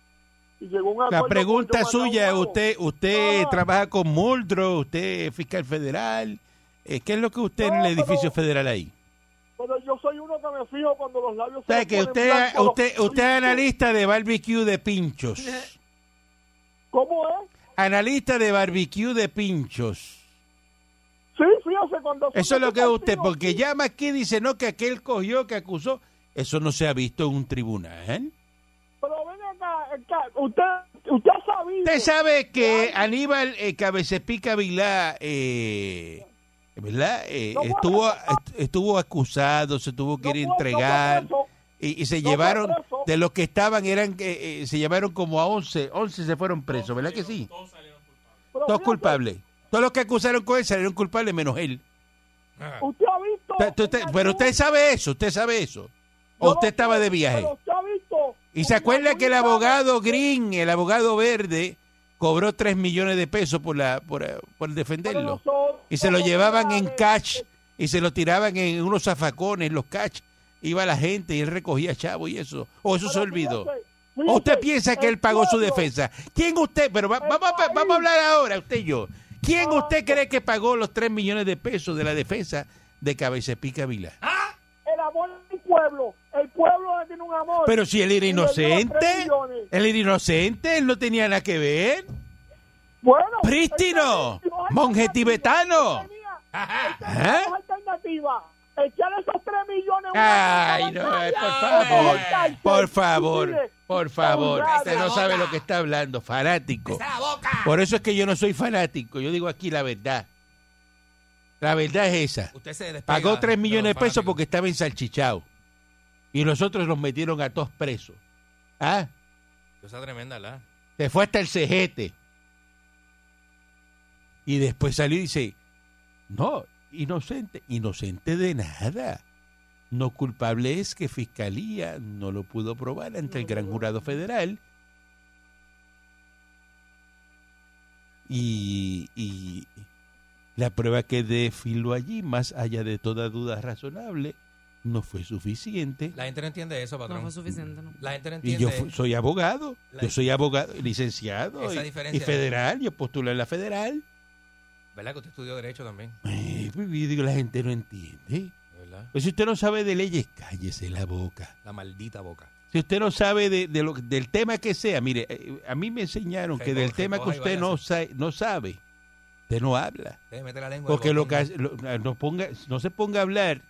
y llegó un
La
acuerdo
pregunta
con Joe
suya,
Macao.
usted usted
Ah.
trabaja con Muldro, usted es fiscal federal, eh, ¿qué es lo que usted en
No,
el edificio
pero-
federal ahí?
Pero yo soy uno que me fijo cuando los labios
O sea,
le
que
ponen
usted,
blancos.
usted, usted es analista de barbecue de pinchos.
¿Cómo es?
Analista de barbecue de pinchos.
Sí, fíjese cuando...
Eso es lo que es usted, porque
Sí.
llama aquí dice, no, que aquel cogió, que acusó. Eso no se ha visto en un tribunal.
Pero ven acá, acá, usted, usted ha sabido.
Usted sabe que Aníbal eh, Cabecepica Vilá, eh, ¿verdad? Eh,
No fue
estuvo,
preso.
est- estuvo acusado, se tuvo que
No
ir a
fue- no fue
entregar.
preso.
Y, y se
No fue
llevaron,
preso.
de los que estaban, eran eh, eh, se llevaron como a 11. 11 se fueron presos, ¿verdad que sí?
Pero
Todos
fíjese,
culpables. Todos los que acusaron con él salieron culpables menos él.
Usted ha visto.
Ta- tú- usted-
en
pero
algún-
usted sabe eso, usted sabe eso.
Yo
O
lo
usted estaba
sé,
de viaje.
pero usted ha visto
Y se
en
acuerda que el
algún
abogado
lado-
Green, el abogado verde, cobró 3 millones de pesos por, la, por, eh, por
Pero
defenderlo.
nosotros-
Y se lo llevaban en
nosotros-
catch y se lo tiraban en unos zafacones, los catch. Iba la gente y él recogía chavo y eso. O eso
Pero
se olvidó.
fíjese,
¿O usted
fíjese,
piensa que
pues, el
él pagó su
pueblo-
defensa? ¿Quién usted? Pero va-
El
vamos, a,
país.
vamos a hablar ahora, usted y yo. ¿Quién
Ah.
usted cree que pagó los 3 millones de pesos de la defensa de Cabecepica Vila?
El amor del pueblo. El pueblo le tiene un amor.
Pero si él era
Y le dio los tres
inocente, Eh,
millones.
él era inocente, él no tenía nada que ver.
Bueno,
prístino,
él tenía dos
monje
alternativas.
tibetano.
Él tenía
Ajá.
dos alternativas. Echar esos tres millones. una
Ay, no,
calle,
eh, por
o
favor,
cortarse.
por favor,
Mire,
por favor.
Cállate
Usted
la
no sabe
boca.
lo que está hablando, fanático.
¡Está la boca!
Por eso es que yo no soy fanático, yo digo aquí la verdad. La verdad es esa.
Usted se despega
Pagó 3
los
millones de pesos
fanáticos.
porque estaba ensalchichado. Y los otros los metieron a todos presos. ¿Ah?
Cosa tremenda, ¿verdad?
Se fue hasta el cejete. Y después salió y dice, no, inocente, inocente de nada. No culpable es que Fiscalía no lo pudo probar ante el gran jurado federal. Y, y la prueba que desfiló allí, más allá de toda duda razonable, no fue suficiente.
La gente no entiende eso, patrón.
No fue suficiente, ¿no?
La gente no
Y
entiende.
yo fu- soy abogado,
La-
yo soy abogado, licenciado
Esa
y,
diferencia,
y federal, yo postulé en la federal.
¿Verdad que usted estudió Derecho también?
Eh, y digo, la gente no entiende.
¿Verdad?
Pues si usted no sabe de leyes, cállese la boca.
La maldita boca.
Si usted no sabe de, de lo- del tema que sea, mire, eh, a mí me enseñaron que del
Recoja-
tema que
recoja y
usted no, sa- no sabe, usted no habla.
Usted mete la lengua.
Porque
al
lo que
botín.
hace- lo- eh, no, ponga, no se ponga a hablar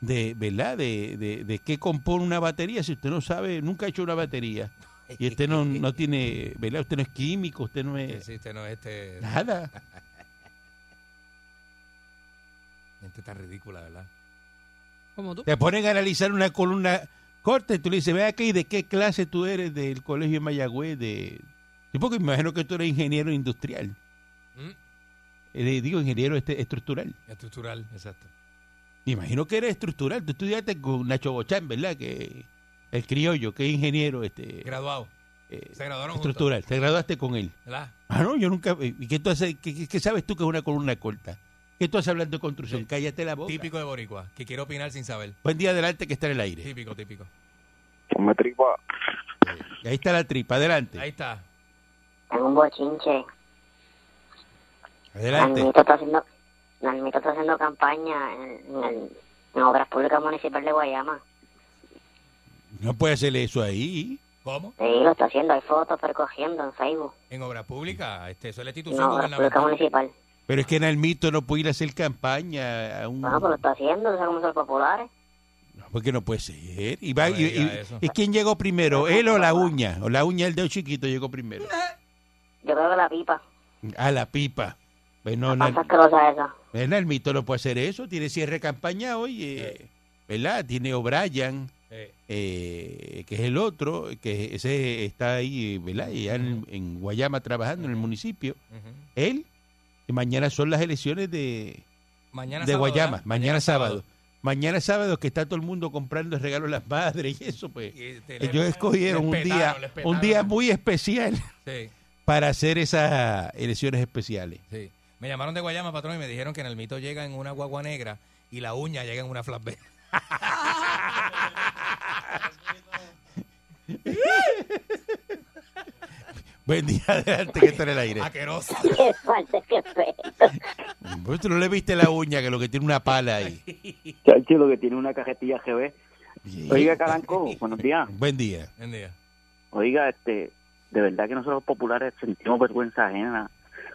de, ¿verdad? De, de, de qué compone una batería si usted no sabe, nunca ha hecho una batería. Y usted no, no tiene, ¿verdad? Usted no es químico, usted no
Sí,
es
sí, usted no es este.
nada.
Gente tan ridícula, ¿verdad?
Como tú.
Te ponen a analizar una columna corta y tú le dices, ve aquí, ¿de qué clase tú eres del colegio de Mayagüez? De... Sí, porque me imagino que tú eres ingeniero industrial.
Mm.
Eh, digo, ingeniero este, estructural.
Estructural, exacto.
Me imagino que eres estructural. Tú estudiaste con Nacho Bochán, ¿verdad? Que el criollo, que es ingeniero este,
Graduado.
eh,
Se graduaron juntos.
estructural. Te graduaste con él.
¿Verdad?
Ah, no, yo nunca. ¿Y qué, tú haces, qué, qué- qué sabes tú que es una columna corta? ¿Qué tú haces hablando de construcción?
Sí.
Cállate la boca.
Típico de Boricua, que quiere opinar sin saber.
Buen día adelante que está en el aire.
Típico, típico.
Me tripa.
Ahí está la tripa. Adelante.
Ahí está.
Hay un bochinche.
Adelante.
Nalmito está haciendo, Nalmito está haciendo campaña en, en el- en Obras Públicas Municipal de Guayama.
No puede hacerle eso ahí.
¿Cómo?
Sí, lo está haciendo. Hay fotos percogiendo en Facebook.
En obra pública, este, eso es la
En
institución
Obras Públicas
gubernamental.
Municipal.
Pero es que en Almito no puede ir a hacer campaña a un...
Bueno, pues lo está haciendo. ¿Sabes cómo son los populares?
No, porque no puede ser. Y, va-
No
y-
me diga
y-
eso.
¿y quién llegó primero? ¿Él o la uña? O la uña, el dedo chiquito llegó primero.
Yo creo que la pipa.
A la pipa. Pues no,
La
no,
pasa asquerosa esa.
en Almito no puede hacer eso. Tiene cierre de campaña hoy, eh, ¿verdad? Tiene O'Brien,
Eh,
eh, que es el otro, que ese está ahí, ¿verdad? Y ya en, en Guayama trabajando en el municipio.
ujú.
Él, que mañana son las elecciones de...
Mañana
de
sábado,
Guayama,
¿verdad?
mañana, sábado. Mañana sábado que está todo el mundo comprando regalos a las madres y eso pues.
Y, este, le-
Ellos escogieron
les
un día
petaron, les petaron.
un día muy especial
Sí,
para hacer esas elecciones especiales.
sí. Me llamaron de Guayama, patrón, y me dijeron que en el mito llega en una guagua negra y la uña llega en una flatbed.
Buen día, adelante, que está en el aire.
Aquerosa.
Qué falta, qué feo.
Pues tú no le viste la uña, que lo que tiene una pala ahí.
Chacho, lo que tiene una cajetilla GB.
Bien.
Oiga, Caranco, buenos días.
Buen día.
Buen día.
Oiga, este, de verdad que nosotros los populares sentimos vergüenza ajena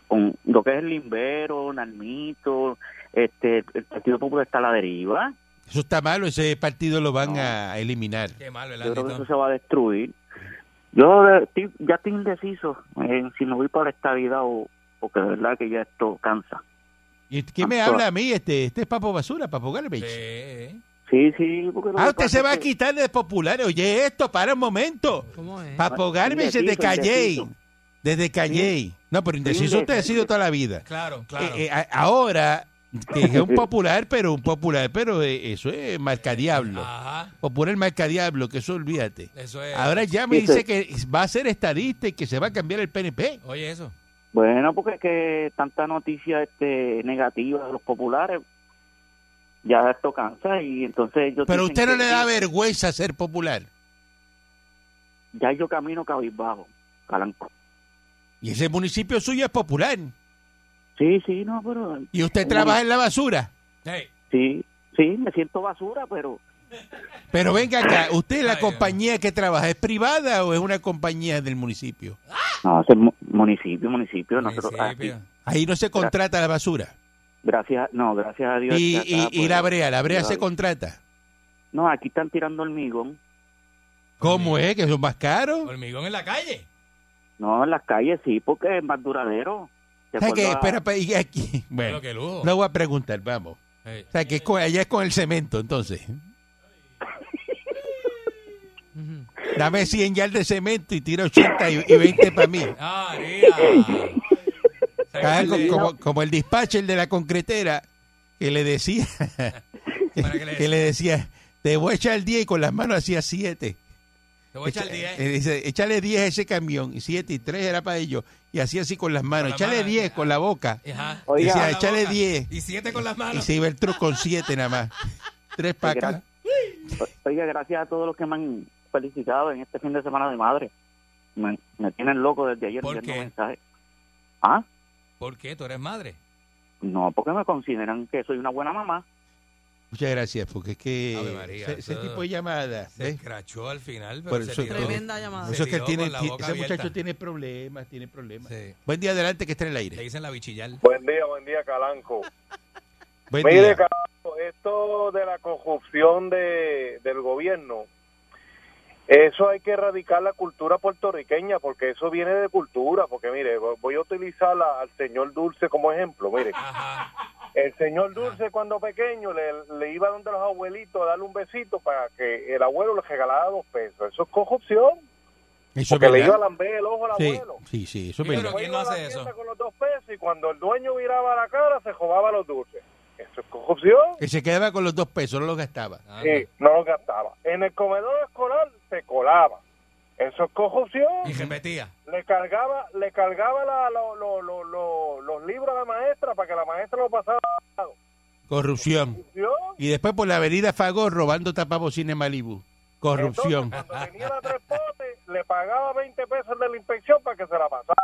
con lo que es el limbero, Nalmito, este, el Partido Popular está a la deriva.
Eso está malo, ese partido lo van a eliminar.
Qué malo el
Yo creo que eso
Anditón.
se va a destruir. Yo de- estoy- ya estoy indeciso eh, si me voy para esta vida o porque de verdad que ya esto cansa.
¿Y
Ah,
qué me habla a mí? Este, este es Papo Basura, Papo Garbage.
Sí.
Sí, sí, porque lo
Ah,
que
usted
pasa
se va
es
a
que-
quitar de populares. Oye, esto, para un momento.
¿Cómo es?
Papo Garbage desde
Indeciso,
Calley.
indeciso.
Desde Calley. No, pero indeciso usted ha sido toda la vida.
Claro, claro.
Eh, eh, a- ahora, que es un popular, pero un popular, pero eh, eso es marca diablo.
Ajá.
Popular marca diablo, que eso olvídate.
Eso es.
Ahora ya me
Sí, sí.
dice que va a ser estadista y que se va a cambiar el PNP.
Oye, eso.
Bueno, porque es que tanta noticia este, negativa de los populares, ya esto cansa y entonces yo...
Pero a usted no le da vergüenza ser popular.
Ya yo camino cabizbajo, calanco.
Y ese municipio suyo es popular.
Sí, sí, no, pero...
Y usted trabaja en la basura.
Hey.
Sí, sí, me siento basura, pero...
Pero venga acá, ¿usted
Ay,
la
Dios.
compañía que trabaja es privada o es una compañía del municipio?
No, ese es mu- municipio, municipio, nosotros...
municipio.
aquí,
Ahí no se contrata la basura.
gracias, no, gracias a Dios.
Y,
acá,
y- y
pues,
la brea, la brea
no,
se contrata.
No, aquí están tirando hormigón.
¿Cómo es? ¿Que son más caros?
Hormigón en la
Eh.
calle.
No, en las calles sí, porque es más duradero. De
O sea, que,
acuerdo a-
espera, pa- y aquí. Bueno,
Claro, qué lujo.
no voy a preguntar, vamos.
Hey.
O sea, que es con- allá es con el cemento, entonces.
Ujú.
Dame 100 yardas de cemento y tira 80 y, y 20 para mí.
Ah, mira.
Cada-
Para que
como,
le-
como- como el dispatcher de la concretera que le decía
Para que le-
que le decía te voy a echar 10 y con las manos hacía 7
Te voy a echar eh. 10.
dice échale 10 a ese camión y 7 y 3 era para ellos y hacía así con las manos
las
échale
manos,
10 con la boca
Ajá.
Oiga,
decía
Con la
échale
boca.
10
Y siete con las
y
manos.
se iba el truco con 7 nada más 3 para acá
Oiga, gracias a todos los que me han felicitado en este fin de semana de madre. Me, me tienen loco desde ayer
¿Por
enviando
qué?
mensajes. ¿Ah?
¿Por qué? Tú eres madre.
No, porque me consideran que soy una buena mamá.
muchas gracias porque es
Ave
que
María,
ese, ese
eso-
tipo de llamadas
Se
¿ves?
escrachó al final, pero
¿Eh? Por
se
eso-
tiró.
Tremenda llamada.
Se
eso es que él
tiró
tiene,
con la
ti-
boca
ese muchacho
abierta.
tiene problemas tiene problemas
Sí.
buen día adelante que esté en el
Le
aire
dicen la bichillar.
Buen día, buen día, Calanco.
buen
Mire,
día
Carlos, esto de la corrupción de, del gobierno, eso hay que erradicar la cultura puertorriqueña, porque eso viene de cultura, porque mire, vo- voy a utilizar a- al señor Dulce como ejemplo, mire.
Ajá.
El señor Dulce cuando pequeño le, le iba donde los abuelitos a darle un besito para que el abuelo le regalara dos pesos. Eso es corrupción,
eso es
porque le
verdad.
iba a lamber el ojo al
sí,
abuelo.
sí sí eso es
Sí,
verdad
pero
Fue
¿quién no
a la
hace
tienda
eso?
Con los dos pesos y cuando el dueño miraba la cara se robaba los dulces. Eso es corrupción.
Que se quedaba con los dos pesos, no los gastaba.
Ah,
Sí, no lo gastaba. En el comedor escolar se colaba. Eso es
Y
corrupción.
repetía.
Le cargaba, le cargaba la- lo- lo- lo- lo- los libros a la maestra para que la maestra lo pasara.
Corrupción.
Corrupción.
Y después por la avenida Fagor robando tapabocines Malibu. Corrupción.
Entonces, cuando tenía la tres potes, le pagaba 20 pesos de la inspección para que se la pasara.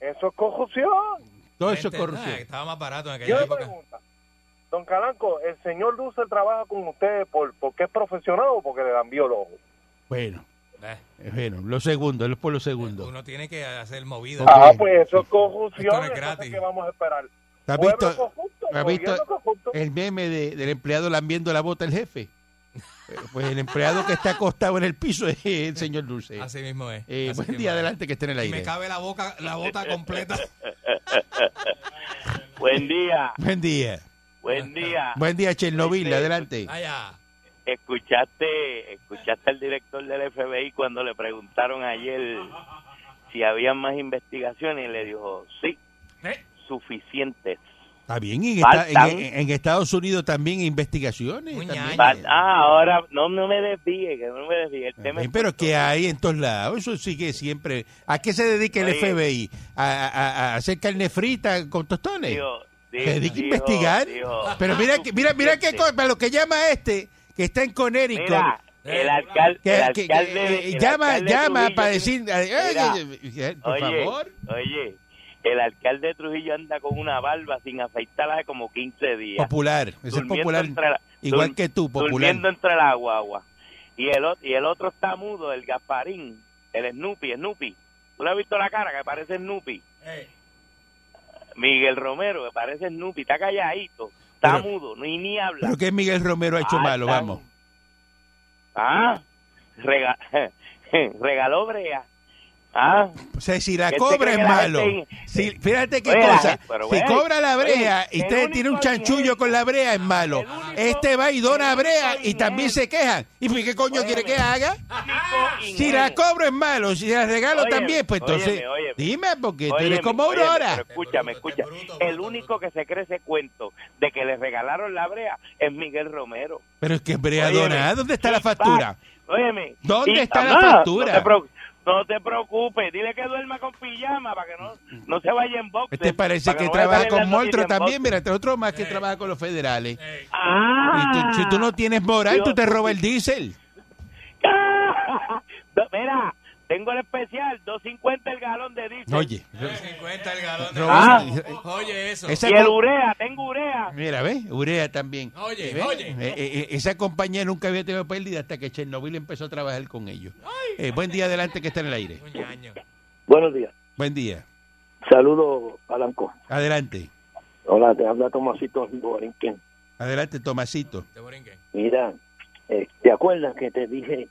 Eso es corrupción.
Todo eso es
Gente, ah,
corrupción.
Estaba más barato en
Yo
aquella
le
época.
pregunto, don Calanco, ¿el señor Dulce trabaja con ustedes por, porque es profesional o porque le dan el ojo?
Bueno,
Eh,
eh, bueno, lo segundo, es por lo segundo.
Uno tiene que hacer movida.
Ah,
Ah, pues eso
Esto
es corrupción.
no es
entonces,
gratis.
¿Qué vamos a esperar?
¿Has
Pueblo
visto
corrupto,
has visto-
gobierno corrupto.
el meme de- del empleado lambiendo la bota al jefe? Eh, Pues el empleado que está acostado en el piso es el señor Dulce.
Así mismo es.
Eh,
Así
buen
mismo
día,
es.
adelante que esté en el
Y me
aire.
cabe la boca, la bota completa.
Buen día,
Buen día.
buen día.
Buen día,
Este,
Chernobyl, adelante.
Allá.
Escuchaste, escuchaste al director del FBI cuando le preguntaron ayer si había más investigaciones y le dijo, sí,
Eh,
suficientes.
Está bien, y en,
Faltan.
esta- en- en- en Estados Unidos también investigaciones. también.
Fal- Ah, ahora no, no me desvíe, que no me desvíe. El tema es-
Bien, pero que hay en todos lados, eso sigue siempre. ¿A qué se dedica el
Oye.
FBI? ¿A, a- a hacer carne frita con tostones?
Digo, digo,
se dedica a
digo,
investigar.
digo,
pero mira, que- mira, mira qué cosa, para lo que llama este, que está en Connecticut.
Mira,
Eh.
el alcalde,
Eh, que-
el
que-
alcalde,
que-
el
llama,
alcalde
llama
Trujillo
para
tiene-
decir, ay, ay, ay, por
oye,
favor.
Oye, el alcalde de Trujillo anda con una barba sin afeitarla hace como 15 días.
Popular, ese es
Durmiendo
popular,
entre la-
igual
dur-
que tú, popular.
Durmiendo entre la guagua. Y el, o- y el otro está mudo, el Gasparín, el Snoopy, Snoopy. ¿Tú le has visto la cara que parece Snoopy? Miguel Romero, que parece Snoopy, está calladito, está
Pero-
mudo, ni, ni habla.
Pero que Miguel Romero ha hecho
Ah,
malo,
está-
vamos.
Ah, rega- regaló brea. Ah,
O sea, si la
Este
cobra
cree
es
que la
malo.
gente-
Si- fíjate qué
Oye, la
cosa.
gente- pero
Si
bueno,
cobra la brea
oye,
y
el
usted tiene un
único
chanchullo con la brea es malo. Este va y dona brea y también se quejan. ¿Y pues, qué coño quiere que haga? Si la cobro es malo, si la regalo
Óyeme,
también, pues entonces.
óyeme, óyeme.
Dime, porque tú
Óyeme,
eres como
óyeme,
Aurora.
pero escúchame, escúchame. El único que se cree ese cuento de que le regalaron la brea es Miguel Romero.
Pero es que es brea
Óyeme,
donada. ¿Dónde está la factura?
Óyeme.
¿Dónde
y-
está la
Ah,
factura?
No te, preocu- no te preocupes, dile que duerma con pijama para que no, no se vaya en boxe.
Este parece
para
que
no vaya
trabaja
a salir
con
la
Moltro
noticia en
también.
boxe.
Mira, este otro más que trabaja con los federales.
Ah.
Y tú- si tú no tienes moral,
Dios.
tú te robas el diésel.
No, Mira, tengo el especial, 2.50 el galón de diésel.
Oye.
50 el galón de
Ah.
gasolina. Oye, eso.
Esa
Y el
co-
urea, tengo urea.
Mira, ¿ves? Urea también.
Oye,
¿Ves?
oye.
Eh, eh, esa compañía nunca había tenido pérdida hasta que Chernobyl empezó a trabajar con ellos. Eh, buen día adelante que está en el aire.
Un ñaño.
Buenos días.
Buen día.
Saludos, Alanco.
Adelante.
Hola, te habla Tomasito Borinquen.
Adelante, Tomasito.
De Borinquen.
Mira, eh, ¿te acuerdas que te dije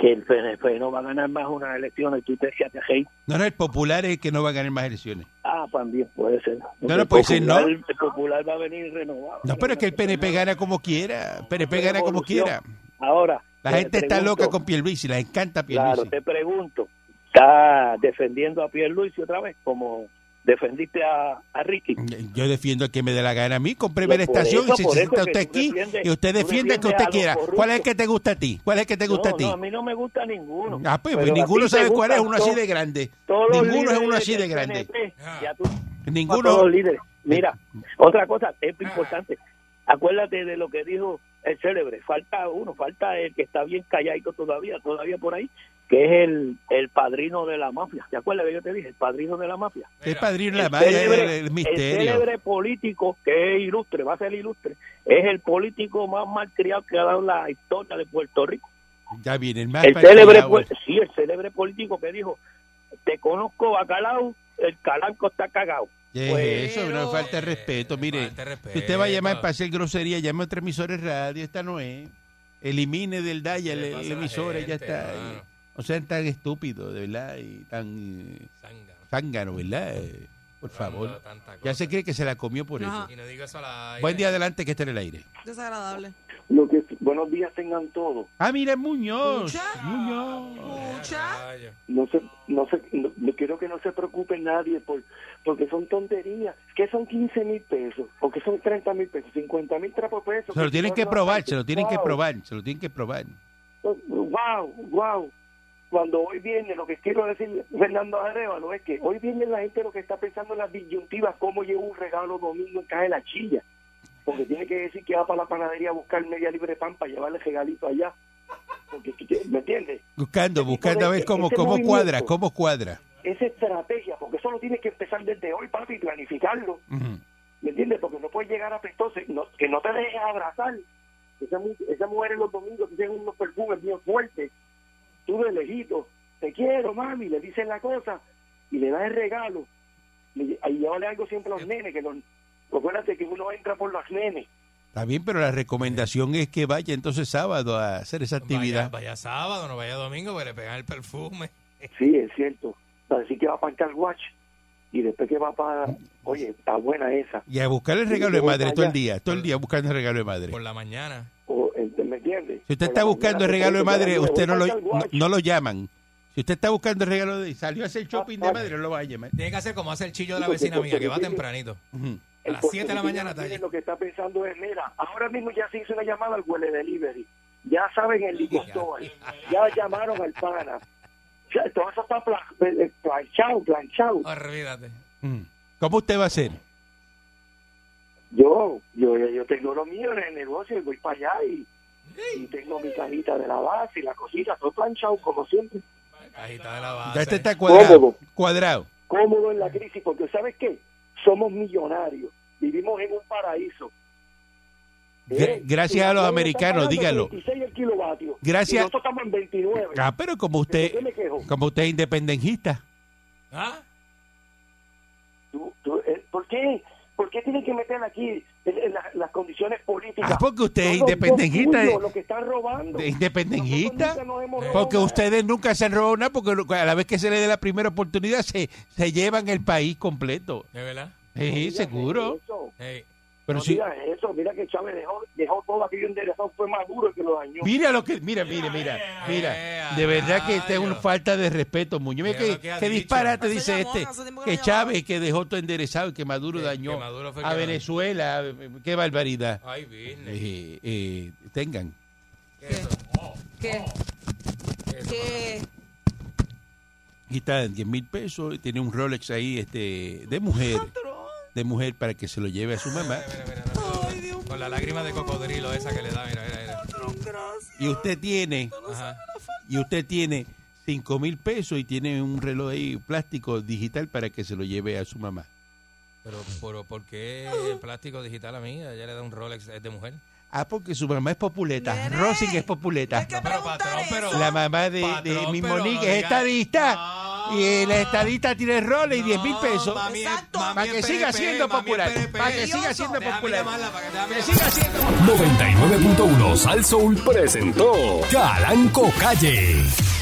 que el PNP no va a ganar más unas elecciones? Tú te decías, hey,
No, no, el popular es el que no va a ganar más elecciones.
ah, también puede ser.
No, no, puede ser, no.
El popular- el popular va a venir renovado.
No, pero es que el PNP gana como quiera. El PNP gana como quiera.
Ahora.
La
te
gente está
pregunto,
loca con Pierluisi, les encanta
Eh, Claro,
Pierluisi.
te pregunto. ¿Está defendiendo a Pierluisi otra vez? Como defendiste a, a Ricky.
Yo defiendo al que me dé la gana a mí. Compreme la
Por
estación
eso,
y si
por
se
eso
sienta
que
usted
tú
aquí
defiendes-
y usted
tú
defiende al que
defiendes
usted
a los
quiera.
corruptos.
¿Cuál es el que te gusta a ti? ¿Cuál es el que te gusta
no,
a ti?
no, a mí no me gusta ninguno.
Ah, pues, pues,
Pero a
ninguno
ti te
sabe cuál es
gustan
uno así
to-
de grande.
todos los
Ninguno es uno
líderes
así de
del
grande.
PNP. Ya tú- todos
Ninguno.
los líderes. Mira, otra cosa es importante. Acuérdate de lo que dijo el célebre. Falta uno, falta el que está bien calladito todavía, todavía por ahí, que es el, el padrino de la mafia. ¿Te acuerdas que yo te dije? El padrino de la mafia.
Es padrino la
El
madre, el,
célebre-
el
el
misterio.
célebre político que es ilustre, va a ser ilustre, es el político más malcriado que ha dado la historia de Puerto Rico.
Ya viene el más
El
para
célebre,
allá,
pol- sí, el célebre político que dijo, te conozco bacalao, el calanco está cagado.
¿Qué es eso, una falta de respeto. Mire,
Eh, falta de respeto.
si usted va a llamar para hacer grosería, llame a otra emisora de radio, esta no es. Elimine del
¿Qué
dial
le
el-
pasa a
la
la
emisora y ya
gente,
está.
hermano?
O sea, tan estúpido, de verdad, y tan eh,
Zángano.
zángano, ¿verdad? Eh, Por favor.
Tanta cosa.
Ya se cree que se la comió por eso.
Y no digo eso a la...
Buen día adelante que está en el aire.
Desagradable.
Lo que, buenos días tengan todos.
Ah, mira, Muñoz.
Mucha.
Muñoz.
Mucha.
No se, no se, no- no quiero que no se preocupe nadie por, porque son tonterías. que son 15 mil pesos? ¿O que son 30 mil pesos? ¿50 mil trapos pesos?
Se lo tienen que probar, se lo tienen que
Wow.
probar, se lo tienen que probar.
Wow, wow. Cuando hoy viene, lo que quiero decir, Fernando Arevalo, es que hoy viene la gente lo que está pensando en las disyuntivas, cómo llevo un regalo domingo en caja de la chilla. Porque tiene que decir que va para la panadería a buscar media libre de pan para llevarle regalito allá. Porque, ¿Me entiendes?
Buscando, buscando a ver cómo,
Este
cómo
movimiento.
cuadra, cómo cuadra.
Esa estrategia, porque eso lo tienes que empezar desde hoy, papi, y planificarlo.
Ujú.
¿Me entiendes? Porque no puedes llegar a entonces, no, que no te dejes abrazar. Esa, mu- esa mujer en los domingos que tiene unos perfumes bien fuertes. Tú de lejito, te quiero, mami, le dices la cosa y le das el regalo. Le- Y llévale algo siempre a los nenes, que los, acuérdate que uno entra por los nenes.
Está bien, pero la recomendación es que vaya entonces sábado a hacer esa
Vaya,
actividad.
vaya sábado, no vaya domingo, porque le pegan el perfume.
Sí, es cierto. Para decir que va para el car watch y después que va para... Oye, está buena esa.
Y a buscar el regalo de madre todo el día, todo el día buscando el regalo de madre.
Por la mañana.
O, eh, ¿Me entiendes?
Si usted
Por
está
la
buscando el
mañana,
regalo de madre,
voy
usted no lo,
para el car
no,
wash.
no lo llaman. Si usted está buscando el
Ah,
regalo de salió a hacer shopping de madre, no lo va a llamar.
Tiene que hacer como hace el chillo de la vecina mía, que va tempranito.
Ujú.
A las 7 de la mañana está
Martínez Lo que está pensando es, mira, ahora mismo ya se hizo una llamada al Huele Delivery. Ya saben el Licostóbal. ya llamaron al pana. Ya, todo eso está pla- eh, eh, planchado, planchado.
Olvídate.
¿Cómo usted va a hacer?
Yo, yo, yo tengo lo mío en el negocio y voy para allá y, y tengo mi cajita de la base y la cosita, todo planchado como siempre.
Cajita de la base.
Ya este está cuadrado.
Cómodo.
Cuadrado.
Cómodo en la crisis, porque ¿sabes qué? Somos millonarios, vivimos en un paraíso.
Gra- Gracias a los americanos, dígalo.
26 el kilovatio.
Gracias.
Y nosotros estamos en 29.
Ah, pero como
¿De
usted,
qué me quejo?
como usted es independentista.
Tú- tú, eh, ¿Por qué? ¿Por qué tienen que meter aquí en- en la- las condiciones políticas?
Ah, porque usted es
Son los
independentista. eh.
tuyos los que están robando.
¿De independentista?
Nosotros nunca nos hemos robado
Porque
nada.
ustedes nunca se han robado nada, porque lo- a la vez que se le dé la primera oportunidad, se, se llevan el país completo.
¿De verdad?
Sí, seguro.
Eso.
Ey.
Pero
no
si,
digas eso, mira que Chávez dejó, dejó todo aquello enderezado, fue más duro que lo dañó.
mira lo que, mira, mira, mira, mira. De verdad que esta es una falta de respeto, Muñoz. Mira
Mira lo
que,
que has
que
dicho.
disparate
Hace
dice
llamón,
este,
hace tiempo que
que
no
Chávez que dejó todo enderezado y que Maduro dañó
Maduro fue el
a
que- Ah,
Venezuela. Qué barbaridad.
Ay, business.
Eh, eh, tengan.
¿Qué? ¿Qué?
Aquí está 10 mil pesos, tiene un Rolex ahí este de mujer, de mujer para que se lo lleve a su mamá.
Ay, Dios
Con la lágrima de cocodrilo esa que le da, mira, mira, mira.
gracias.
Y usted tiene,
Ajá.
y usted tiene 5 mil pesos y tiene un reloj ahí plástico digital para que se lo lleve a su mamá.
Pero, pero, ¿por qué el plástico digital a mí? Ella le da un Rolex, es de mujer.
Ah, porque su mamá es populeta,
Nene,
Rosin es populeta.
Es que
Pero,
preguntar
patrón, pero-
eso.
La mamá de, de
Patrón,
mi
pero
Monique
no
es
diga-
estadista.
No.
Y la estadista tiene Rolex y 10 mil
No,
pesos.
mami es-
Exacto.
mami
Para
es
que siga
PRP,
siendo
mami es
popular.
PRP.
Para que siga siendo
Déjame
popular.
llamarla, para que- déjame
Que
llamarla.
siga siendo
99.1 Sal Soul presentó Calanco Calle.